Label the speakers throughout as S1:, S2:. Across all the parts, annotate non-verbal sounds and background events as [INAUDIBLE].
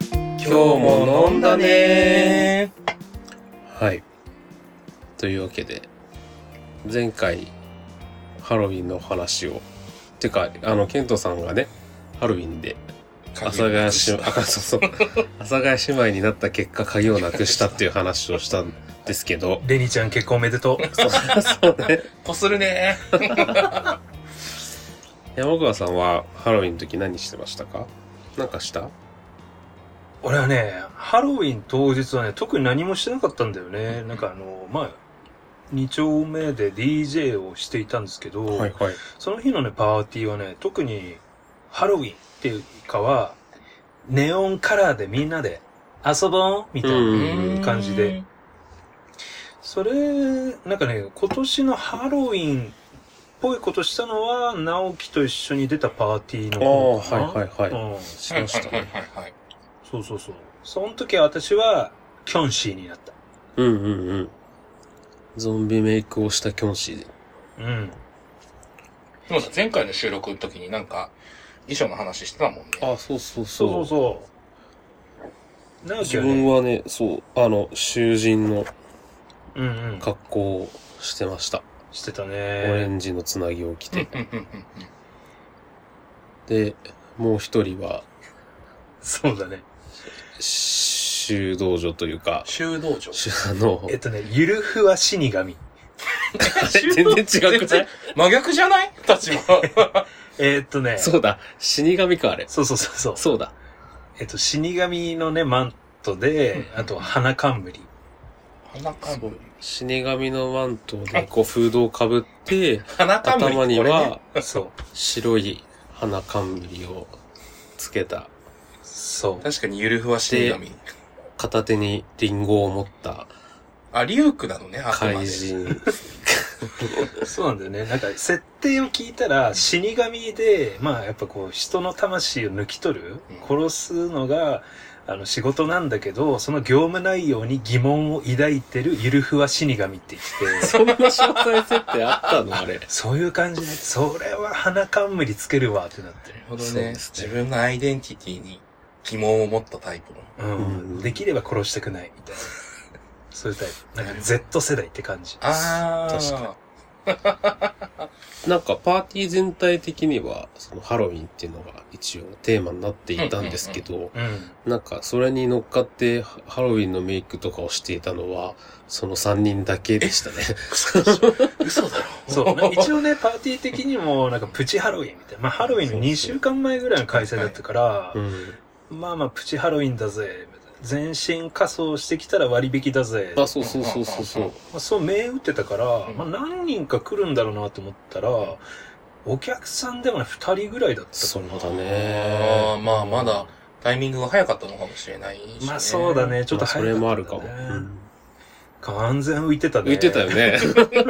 S1: 今日も飲んだね
S2: はい。というわけで、前回、ハロウィンのお話を、てか、あの、ケントさんがね、ハロウィンで、阿佐ヶ谷姉妹、あそうそう阿佐ヶ谷姉妹になった結果、鍵をなくしたっていう話をしたんですけど、
S1: レニちゃん結婚おめでとう。
S2: そうそうね。
S1: こするね
S2: 山川さんは、ハロウィンの時何してましたかなんかした
S1: 俺はね、ハロウィン当日はね、特に何もしてなかったんだよね。なんかあの、まあ、2丁目で DJ をしていたんですけど、
S2: はい。
S1: その日のね、パーティーはね、特にハロウィンっていうかは、ネオンカラーでみんなで遊ぼうみたい
S2: うん
S1: な感じで。それ、なんかね、今年のハロウィンっぽいことしたのは、直樹と一緒に出たパーティー
S2: ああ、
S1: の方かな。
S2: はいはいはい。
S1: うん
S2: しましたね。
S3: はいはいはいはい。
S1: そうそうそう。その時は私は、キョンシーになった。
S2: うんうんうん。ゾンビメイクをしたキョンシーで。
S1: うん。
S3: でもさ、前回の収録の時になんか、衣装の話してたもんね。
S2: あ、そうそうそ
S1: そう
S2: う。
S1: そうそう。直
S2: 自
S1: 樹はね、
S2: 分はね、そう、あの、囚人の
S1: うんうん。
S2: 格好をしてました。
S1: してた
S2: オレ
S1: ね。
S2: ンジのつなぎを着
S3: うん
S2: て。
S3: うんうんうん
S2: で、もう一人は、
S1: そうだね。
S2: 修道女というか、
S3: 修道場。
S2: 修 [LAUGHS] あの
S1: え、っとね、ゆるふわ死神。
S2: 全然違くない
S3: 全然真逆じゃない立場。
S1: えーっとね、
S2: そうだ、死神か、あれ。
S1: そうそうそうそう。
S2: そうだ。
S1: えっと、死神のね、マントで、
S3: うん
S1: あと、花冠。
S3: 花冠。
S2: 死神のマントで、こう、フードをかぶって、
S3: 花冠。
S2: 頭に
S3: これね
S2: は、
S1: そう。
S2: 白い花冠をつけた、
S1: そう。
S3: 確かにゆるふわ死神。
S2: 片手にリンゴを持った
S3: あ、リュウクなのね、あくま
S2: 怪
S3: で。
S2: 人。
S1: そうなんだよね。なんか、設定を聞いたら、死神で、まあ、やっぱこう、人の魂を抜き取る、殺すのが、あの、仕事なんだけど、その業務内容に疑問を抱いてるゆるふわ死神って言ってて、
S2: そんな [LAUGHS] 詳細設定あったのあれ。
S1: そういう感じで、それは花冠つけるわってなって
S3: な。るほど
S2: そう
S3: ね。
S2: ですね
S3: 自分のアイデンティティに疑問を持ったタイプの。
S1: うん。
S2: うん
S1: できれば殺したくないみたいな。そういうタイプ。なんか、Z 世代って感じ。
S3: あー。
S2: 確なんかパーティー全体的には、そのハロウィンっていうのが一応テーマになっていたんですけど、
S1: うん。
S2: なんかそれに乗っかってハハロウィンのメイクとかをしていたのは、その3人だけでしたね。
S3: 嘘でしょ嘘だろ。 [LAUGHS]
S1: そう。一応ね、パーティー的にも、なんかプチハロウィンみたいな。まあハロウィンの2週間前ぐらいの開催だったから
S2: う、ん。
S1: まあまあプチハロウィンだぜ、みたいな。全身仮装してきたら割引だぜ。
S2: あ、そうそうそうそうそう。
S1: まあ、そう銘打ってたから、
S3: うん
S1: まあ何人か来るんだろうなと思ったら、お客さんでもね、2人ぐらいだった
S2: そ
S1: か
S2: う
S1: な。
S2: だ
S3: あ
S2: ね。
S3: ーまあ、まだタイミングが早かったのかもしれないしね
S1: まあそうだ。ね、ちょっと
S2: まあそ
S1: 早
S2: れもあ
S1: か
S2: る
S1: った
S2: か
S1: ね
S2: も。うん
S1: 完全浮いてたね。
S2: 浮いてたよ。ね。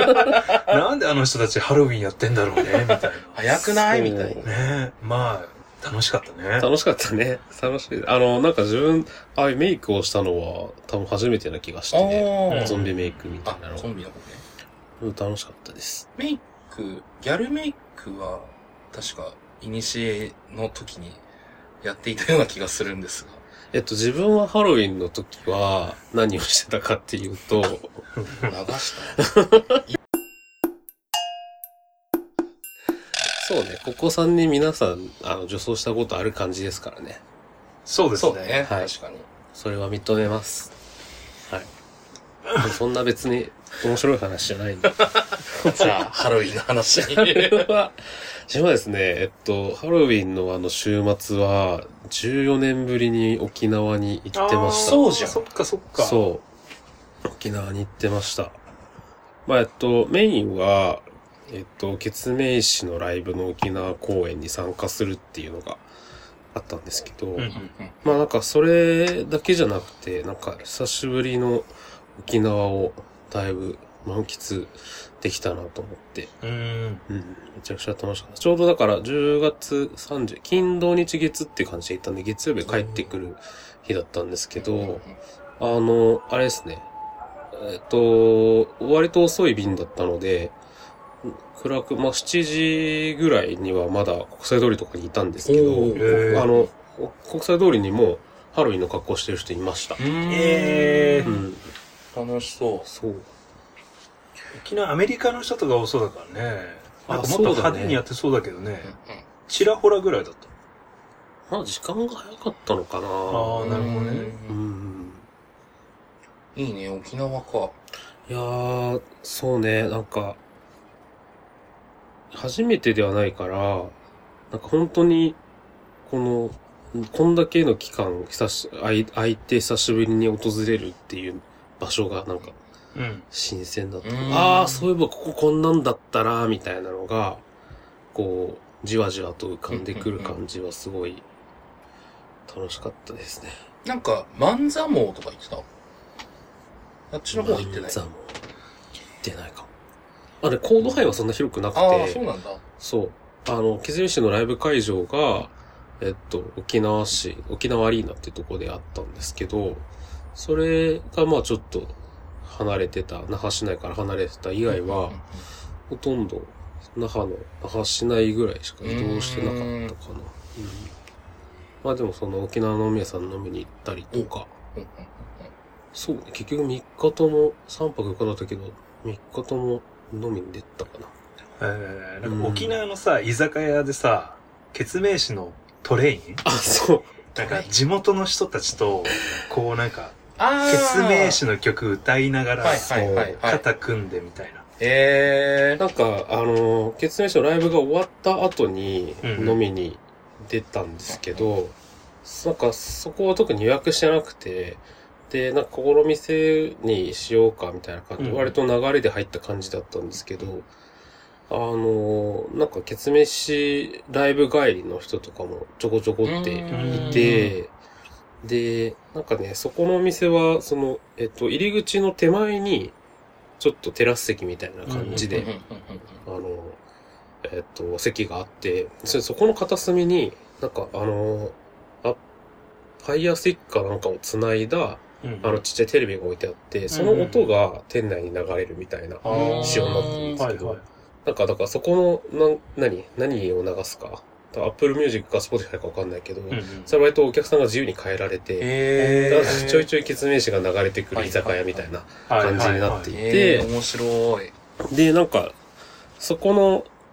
S1: [LAUGHS] なんであの人たちハロウィンやってんだろうね、みたいな。
S3: 早くないみたいな。
S1: ねまあ、楽しかったね。
S2: 楽しかったね。楽しい。あの、なんか自分、ああいうメイクをしたのは多分初めてな気がしてね。
S1: ー
S2: ゾンビメイクみたいな
S3: あ、
S2: の。
S3: ゾンビの方ね。
S2: うん楽しかったです。
S3: メイク、ギャルメイクは、確か、イニシエの時にやっていたような気がするんです
S2: えっと、自分はハロウィンの時は何をしてたかっていうと、
S3: が、流した。
S2: そうね、ここ3人皆さん、あの、女装したことある感じですからね。
S1: そうです
S3: そ
S1: ね。
S3: うだね、
S2: はい
S3: 確かに。
S2: それは認めます。はい。でもそんな別に面白い話じゃないんで。
S3: じゃあ、ハロウィンの話に。
S2: 自分は、自分はですね、えっと、ハロウィンのあの週末は、14年ぶりに沖縄に行ってました。
S3: そうじゃん
S1: そっかそっか。
S2: そう。沖縄に行ってました。まあ、えっと、メインは、えっと、決明市のライブの沖縄公演に参加するっていうのがあったんですけど、
S1: うん
S3: うんうん
S2: まあなんかそれだけじゃなくて、なんか久しぶりの沖縄をだいぶ満喫できたなと思って、
S1: う。うん。
S2: うん、めちゃくちゃ楽しかった。ちょうどだから10月30、金土日月っていう感じで行ったんで、月曜日帰ってくる日だったんですけど、あの、あれですね。えっと、割と遅い便だったので、暗く、まあ、7時ぐらいにはまだ国際通りとかにいたんですけ
S3: お
S2: ど、
S3: ー
S2: あの、国際通りにも、ハロウィンの格好してる人いました。
S1: え
S2: う
S1: ー
S2: ん。
S3: 楽しそ
S2: そう。
S1: 沖縄アメリカの人とか多そうだからね。
S2: あ
S1: なんかもっ
S2: そ
S1: と
S2: うだね
S1: 派手にやってそうだけどね
S3: う。。
S1: ちらほらぐらいだった。
S2: まあ時間が早かったのかな
S1: あーなるほどね
S2: う
S3: うん
S2: ん。
S3: いいね、沖縄か。
S2: いやー、そうね、なんか、初めてではないから、なんか本当に、この、こんだけの期間、久し、あい空いて久しぶりに訪れるっていう場所が、なんか、
S1: うん。
S2: 新鮮だった。
S3: うん
S2: ああ、そういえばこここんなんだったな、みたいなのが、こう、じわじわと浮かんでくる感じはすごい、楽しかったですね。
S3: なんか、万座網とか行ってたあっちの方は行ってない。
S2: ザも行ってないかも。あれ、コードハイはそんな広くなくて、
S3: ああ、そうなんだ。
S2: そう。あの、削り市のライブ会場が、えっと、沖縄市、沖縄アリーナっていうとこであったんですけど、それがまあちょっと離れてた、那覇市内から離れてた以外は、ほとんど那覇の那覇市内ぐらいしか移動してなかったかな。うんまあでもその沖縄の宮さん飲みに行ったりとか、
S3: うんうんうん
S2: そうね、結局3日とも、3泊4日だったけど、3日とも飲みに出てたかな。
S1: えー、なんか沖縄のさ、居酒屋でさ、決命士のトレイン
S2: あ、そう。
S1: なんか地元の人たちと、こうなんか、
S3: あ
S1: 決命
S3: し
S1: 士の曲歌いながら、
S3: はいはいはいはい。
S1: 肩組んでみたいな。
S3: ええ
S2: なんか、あの、決明書のライブが終わった後に
S1: うん
S2: 飲みに出たんですけど、なんかそこは特に予約してなくて、で、なんかここの店にしようかみたいな感じ、
S1: うん
S2: 割と流れで入った感じだったんですけど、あの、なんか、ケツメシライブ帰りの人とかもちょこちょこ
S3: ー。
S2: って
S1: うん
S2: い
S1: で
S2: て、で、なんかね、そこのお店は、その、えっと、入り口の手前に、ちょっとテラス席みたいな感じで
S3: うんうんうん
S2: あの、えっと、席があって、そそこの片隅に、なんかあの、あファイヤースティックかなんかを繋いだ、
S1: うん
S2: あのちっちゃいテレビが置いてあって、その音が店内に流れるみたいな
S1: あー
S2: 仕様になってるんですけ
S1: はい
S2: ど
S1: は、
S2: なんかだからそこの、な、何何を流すか。アップルミュージックか Spotify かわかんないけど、
S1: うんうん
S2: それ割とお客さんが自由に変えられて、
S3: え
S2: だ
S3: え
S2: からちょいちょい決明詞が流れてくる居酒屋みたいな感じになっていて、
S3: ええ面白い。
S2: で、なんか、そこ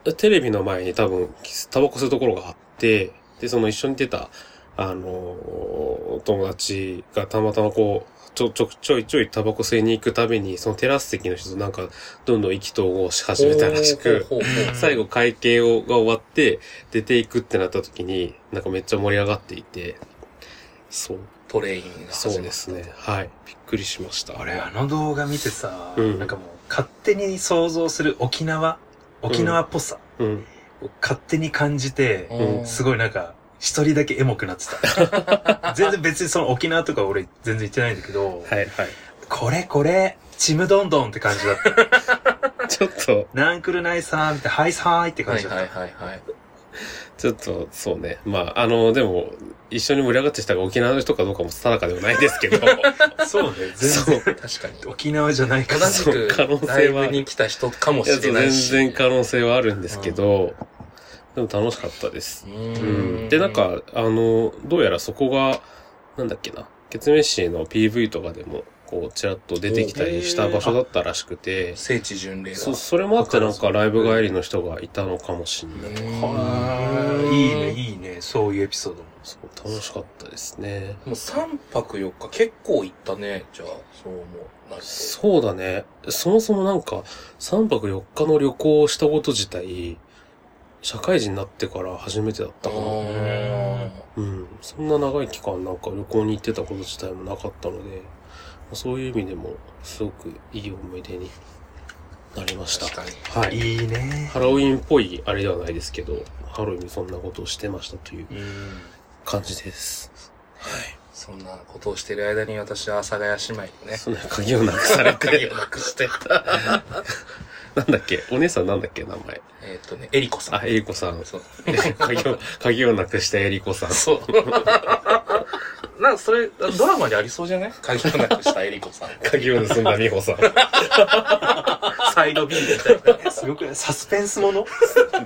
S2: のテレビの前に多分、タバコ吸うところがあって、で、その一緒に出た、あのーお友達がたまたまこう、ちょ、ちょ、ちょいちょいタバコ吸いに行くたびに、そのテラス席の人となんか、どんどん意気投合し始めたらしく、
S3: ほうほうほうほう
S2: 最後会計をが終わって、出ていくってなった時に、なんかめっちゃ盛り上がっていて、そう、
S3: トレインが始まった
S2: そうですね。。はい。びっくりしました。
S1: 俺あの動画見てさ、
S2: うん
S1: なんかもう勝手に想像する沖縄沖縄っぽさ
S2: うん。
S1: を勝手に感じて、
S2: うん
S1: すごいなんか一人だけエモくなって
S2: [LAUGHS]
S1: た全然別にその沖縄とか俺全然行ってないんだけど、
S2: はいはい。
S1: これこれちむどんどんって感じだっ
S2: [LAUGHS]
S1: た。
S2: ちょっと、
S1: ナンクルナイさんってハイサーイって感
S3: はい
S1: じだった。
S3: はいはいはい。
S2: ちょっと、そうね。まあ、あの、でも、一緒に盛り上がってきたが沖縄の人かどうかも定かではないですけど、
S1: そうね、全
S2: そう。
S1: 然
S3: 確かに。
S1: 沖縄じゃないか
S3: 同
S1: ら。
S3: じ
S2: そう可能性
S3: く
S2: は
S3: ライブに来た人かも
S2: いや
S3: しれないし。
S2: 全然可能性はあるんですけど、でも楽しかったです。
S3: う
S2: うん。で、なん、か、あの、どうやらそこが、なんだっけな、ケツメッシーの PV とかでも、こう、ちらっと出てきたりした場所だったらしくて、
S3: 聖地巡礼だ。
S2: そ、それもあってなんかライブ帰りの人がいたのかもしれない。
S1: は
S3: う
S1: ー
S3: ん
S1: いいね、いいね、そういうエピソードも。
S2: そう、楽しかったですね。
S3: もう3泊4日結構行ったね。じゃあ、そう思う。なんか
S2: そうだね。そもそもなんか、3泊4日の旅行をしたこと自体、社会人になってから初めてだったかな。
S3: あ
S2: うん。そんな長い期間なんか旅行に行ってたこと自体もなかったので、そういう意味でも、すごくいい思い出になりまし
S3: ー
S2: た。
S3: 確かに。
S2: はい。
S1: いいね。
S2: ハロウィンっぽいあれではないですけど、ハロウィンにそんなことをしてましたという
S1: うん。
S2: 感じです。
S3: そんなことをしてる間に私は阿佐ヶ谷姉妹でね、
S2: そんな鍵をなくされ
S3: 鍵
S2: て、
S3: をなく [LAUGHS] して、
S2: なんだっけお姉さんなんだっけ名前。
S3: えっとね、エリコさん。
S2: あ、エリコさん。
S3: そう。
S2: [LAUGHS] 鍵を、鍵をなくしたエリコさん。
S3: そう。 [LAUGHS] なんかそれ、ドラマでありそうじゃない鍵をなくしたエリコさん。
S2: 鍵を盗んだ美穂さん。ね
S3: サイド B みたいな。
S1: すごくないサスペンスもの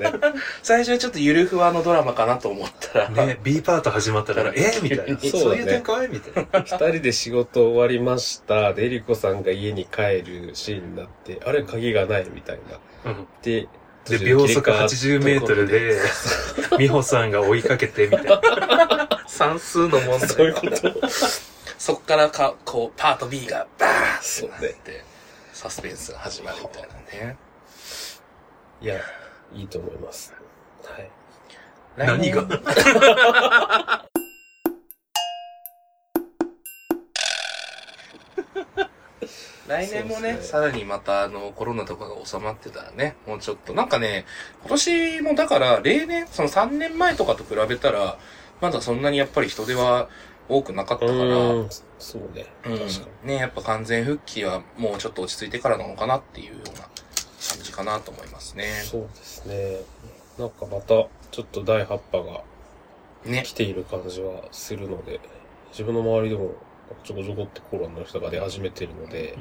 S3: [LAUGHS] 最初はちょっとゆるふわのドラマかなと思ったら、
S1: ね B パート始まったから、えみたい
S2: そう
S1: な。
S2: だね
S1: そういう展開みたいな。
S2: 二人で仕事終わりました。で、エリコさんが家に帰るシーンになって、あれ鍵がないみたいな。
S1: うん
S2: で、
S1: で、秒速80メートルで、
S2: [LAUGHS]
S1: 美穂さんが追いかけてみたいな。
S3: 算数の問題。
S2: そういう
S3: [LAUGHS]
S2: こと
S3: そこからか、こう、パート B がバーンってなっ
S2: そ
S3: て、サスペンスが始まるみたいなね。
S2: いや、いいと思います。はい。
S1: 何が
S3: [LAUGHS] 来年も
S2: そう
S3: ね、
S2: ですね
S3: さらにまたあの、コロナとかが収まってたらね、もうちょっと、なんかね、今年もだから、例年、その3年前とかと比べたら、まだそんなにやっぱり人手は多くなかったから、
S2: うん、そうね。
S3: うん
S2: 確か
S3: ね、やっぱ完全復帰はもうちょっと落ち着いてからなのかなっていうような感じかなと思いますね。
S2: に。そうですね。なんかまた、ちょっと第8波が
S3: ね
S2: 来。ている感じはするので、自分の周りでもちょこちょこってコロナの人が出始めてるので、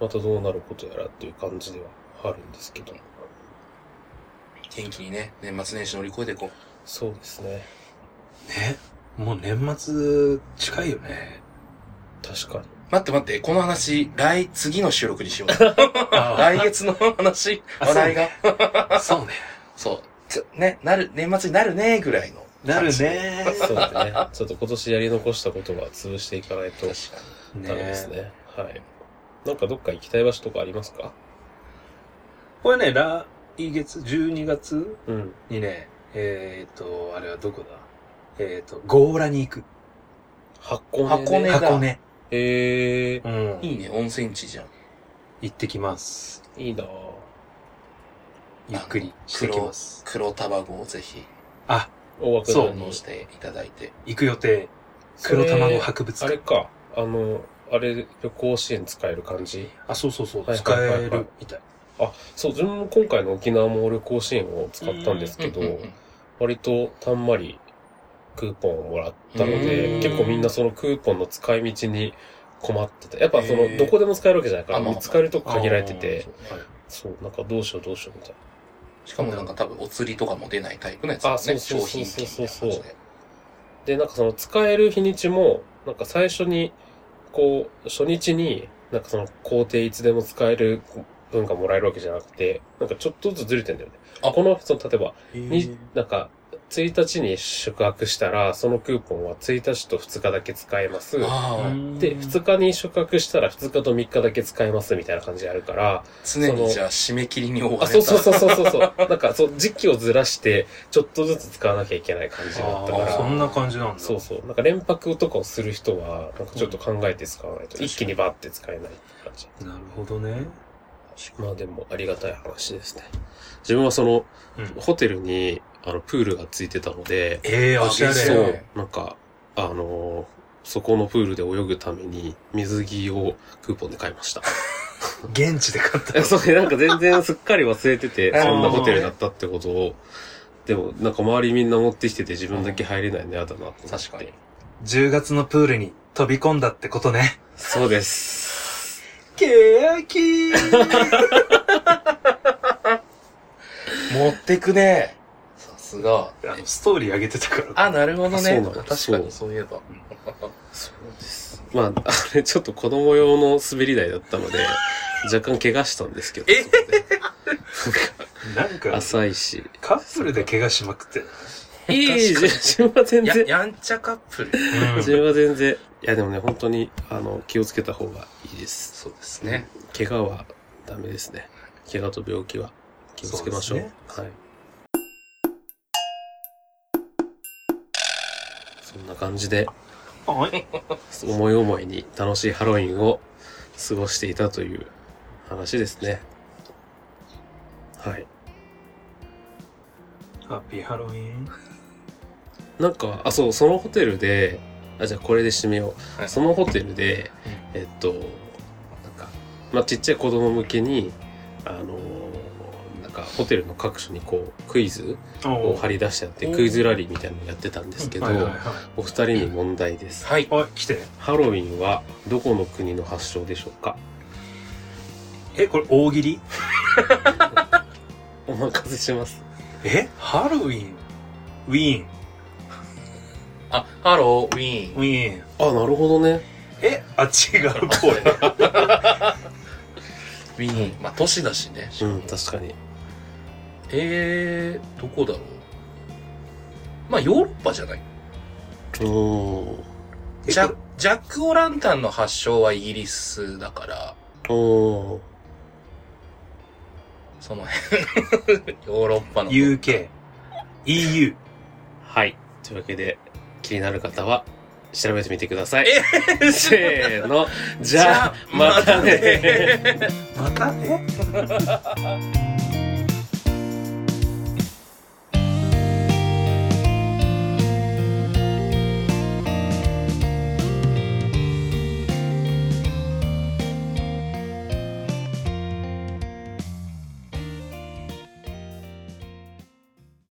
S2: またどうなることやらっていう感じではあるんですけど。
S3: 元気にね、年末年始乗り越えていこ
S2: そうですね。
S1: ね。もう年末近いよね。
S2: 確かに。
S3: う。待って待って、この話、来、次の収録にしよ
S2: [LAUGHS]
S3: う。来月の話、
S1: あそ
S3: 話
S1: う
S3: 題が。
S1: そうね。
S3: そう。ちょね、なる、年末になるね、ぐらいの。
S1: なる。ね。
S2: そうだね。ちょっと今年やり残したことは潰していかないと
S3: 確
S2: ダ
S3: か
S2: メですね。はい。なんかどっか行きたい場所とかありますか
S1: これね、来月、12月
S2: うん。
S1: にね、えー、っと、あれはどこだえー、っと、ゴーラに行く。
S2: 箱根、ね。
S3: 箱根だ
S1: 箱根。
S2: え
S1: う
S3: に。
S1: ん。
S3: いいね、温泉地じゃん。
S1: 行ってきます。
S2: ー、いいなぁ。
S1: ゆっくりしてきます。
S3: 黒タバコをぜひ、
S1: あ、
S2: 大枠
S1: そう
S3: 堪能していただいて。
S1: 行く予定。
S2: それ
S1: 黒卵博物
S2: あれ
S1: 館。
S2: か。あの、あれ、旅行支援使える感じ
S1: あ、そうそうそう。
S2: はい
S1: 使
S2: はいはい
S1: えるみたい。
S2: あ、そう、自分も今回の沖縄も旅行支援を使ったんですけど、
S3: うんうんうん
S2: 割とたんまりクーポンをもらったの
S1: う
S2: で
S1: ん、
S2: 結構みんなそのクーポンの使い道に困ってて、やっぱそ
S3: へ
S2: の、
S3: ー
S2: どこでも使えるわけじゃないから、
S3: あまあ
S2: 見つかるとこ限られてて、
S1: あー。はい
S2: そう、なんかどうしようどうしようみたい
S3: しかもなんか多分お釣りとかも出ないタイプのやつだよね。
S2: あそうそう
S3: 商
S2: そう
S3: 品
S2: そう
S3: 券
S2: そう
S3: みたいな感じで。
S2: な。で、なんかその使える日にちも、なんか最初に、こう、初日に、なんかその工程いつでも使える分がもらえるわけじゃなくて、なんかちょっとずつずれてんだよね。あ、
S3: あ
S2: この、その、例えば、に
S3: に、
S2: なんか、1日に宿泊したら、そのクーポンは1日と2日だけ使えます。
S3: ああ、
S2: で、2日に宿泊したら2日と3日だけ使えますみたいな感じであるから、
S3: 常にじゃあ締め切りに追われた。
S2: あ、そうそうそうそうそうそう、 [LAUGHS] なんかそう、時期をずらして、ちょっとずつ使わなきゃいけない感じだったか
S1: あー
S2: ら、
S1: そんな感じなんだ。
S2: そうそう、なんか連泊とかをする人は、なんかちょっと考えて使わないと、
S3: うん
S2: 一気にバーって使えないって感じ。
S1: なるほどね。
S2: まあでも、ありがたい話ですね。自分はその、
S1: うん
S2: ホテルに、あの、プールがついてたので、
S1: ええおしゃれ。
S2: そ
S3: そう
S2: う、なんか、あのーそこのプールで泳ぐために水着をクーポンで買いました。
S1: 現地で買った
S2: え [LAUGHS] それなんか全然すっかり忘れて [LAUGHS] て、
S3: あー
S2: そんなホテルだったってことを。でも、なんか周りみんな持ってきてて自分だけ入れないの嫌だなと思って。
S3: 確かに。。
S1: 10月のプールに飛び込んだってことね。
S2: そうです。
S1: ケヤキー
S3: 持ってくね。さすが。
S1: [LAUGHS] あの、ストーリー上げてたから。
S3: あ、なるほど
S2: あそう
S3: ね
S2: なんだ。
S3: 確かにそういえば。
S2: そうです。まあ、あれちょっと子供用の滑り台だったの [LAUGHS] で、若干怪我したんですけど。
S3: え
S2: そこで
S1: なんか、
S2: 浅いし。
S1: カップルで怪我しまくってる。
S2: いい、自分は全
S3: や、
S2: 然。
S3: やんちゃカップル。
S2: 自分は全然、いやでもね、本当に、あの、気をつけた方がいいです。
S3: そうですね。
S2: 怪我はダメですね。怪我と病気は気をつけましょう。
S1: そうです
S2: はい。そんな感じで、
S1: はい。
S2: 思い思いに楽しいハロウィンを過ごしていたという話ですね。はい。
S1: ハッピーハロウィン。
S2: なんか、あ、そう、そのホテルで、あ、じゃあこれで締めよう。
S3: はい
S2: そのホテルで、えっと、なんか、まあ、ちっちゃい子供向けに、あのーなんか、ホテルの各所にこう、クイズ
S1: お
S2: を
S1: ー
S2: 張り出してあって、
S3: おー
S2: クイズラリーみたいなのやってたんですけど
S1: はい、はいはい
S2: お二人に問題です。
S3: はい。
S1: おい来て
S2: ハロウィンはどこの国の発祥でしょうか
S1: えこれ大喜利
S2: お任せします。
S1: えハロウィンウィーン
S3: あ、ハロー、ウ
S2: [LAUGHS]
S3: ィー
S1: ウ
S3: ン。
S1: ィーン
S2: あ、なるほどね。
S1: えあ違うこれ
S3: ウィーン。まあ、都市だしね。
S2: うん、確かに。
S3: えー、どこだろう。まあ、ヨーロッパじゃない。
S2: お
S1: え
S3: ジャジャック・オ・ランタンの発祥はイギリスだから、
S2: ー。おー。
S3: その辺、 [LAUGHS] ヨーロッパの。
S1: UKEU
S2: はい。というわけで、気になる方は、調べてみてください。
S3: え
S2: せーの。じゃあ、またね。
S1: またね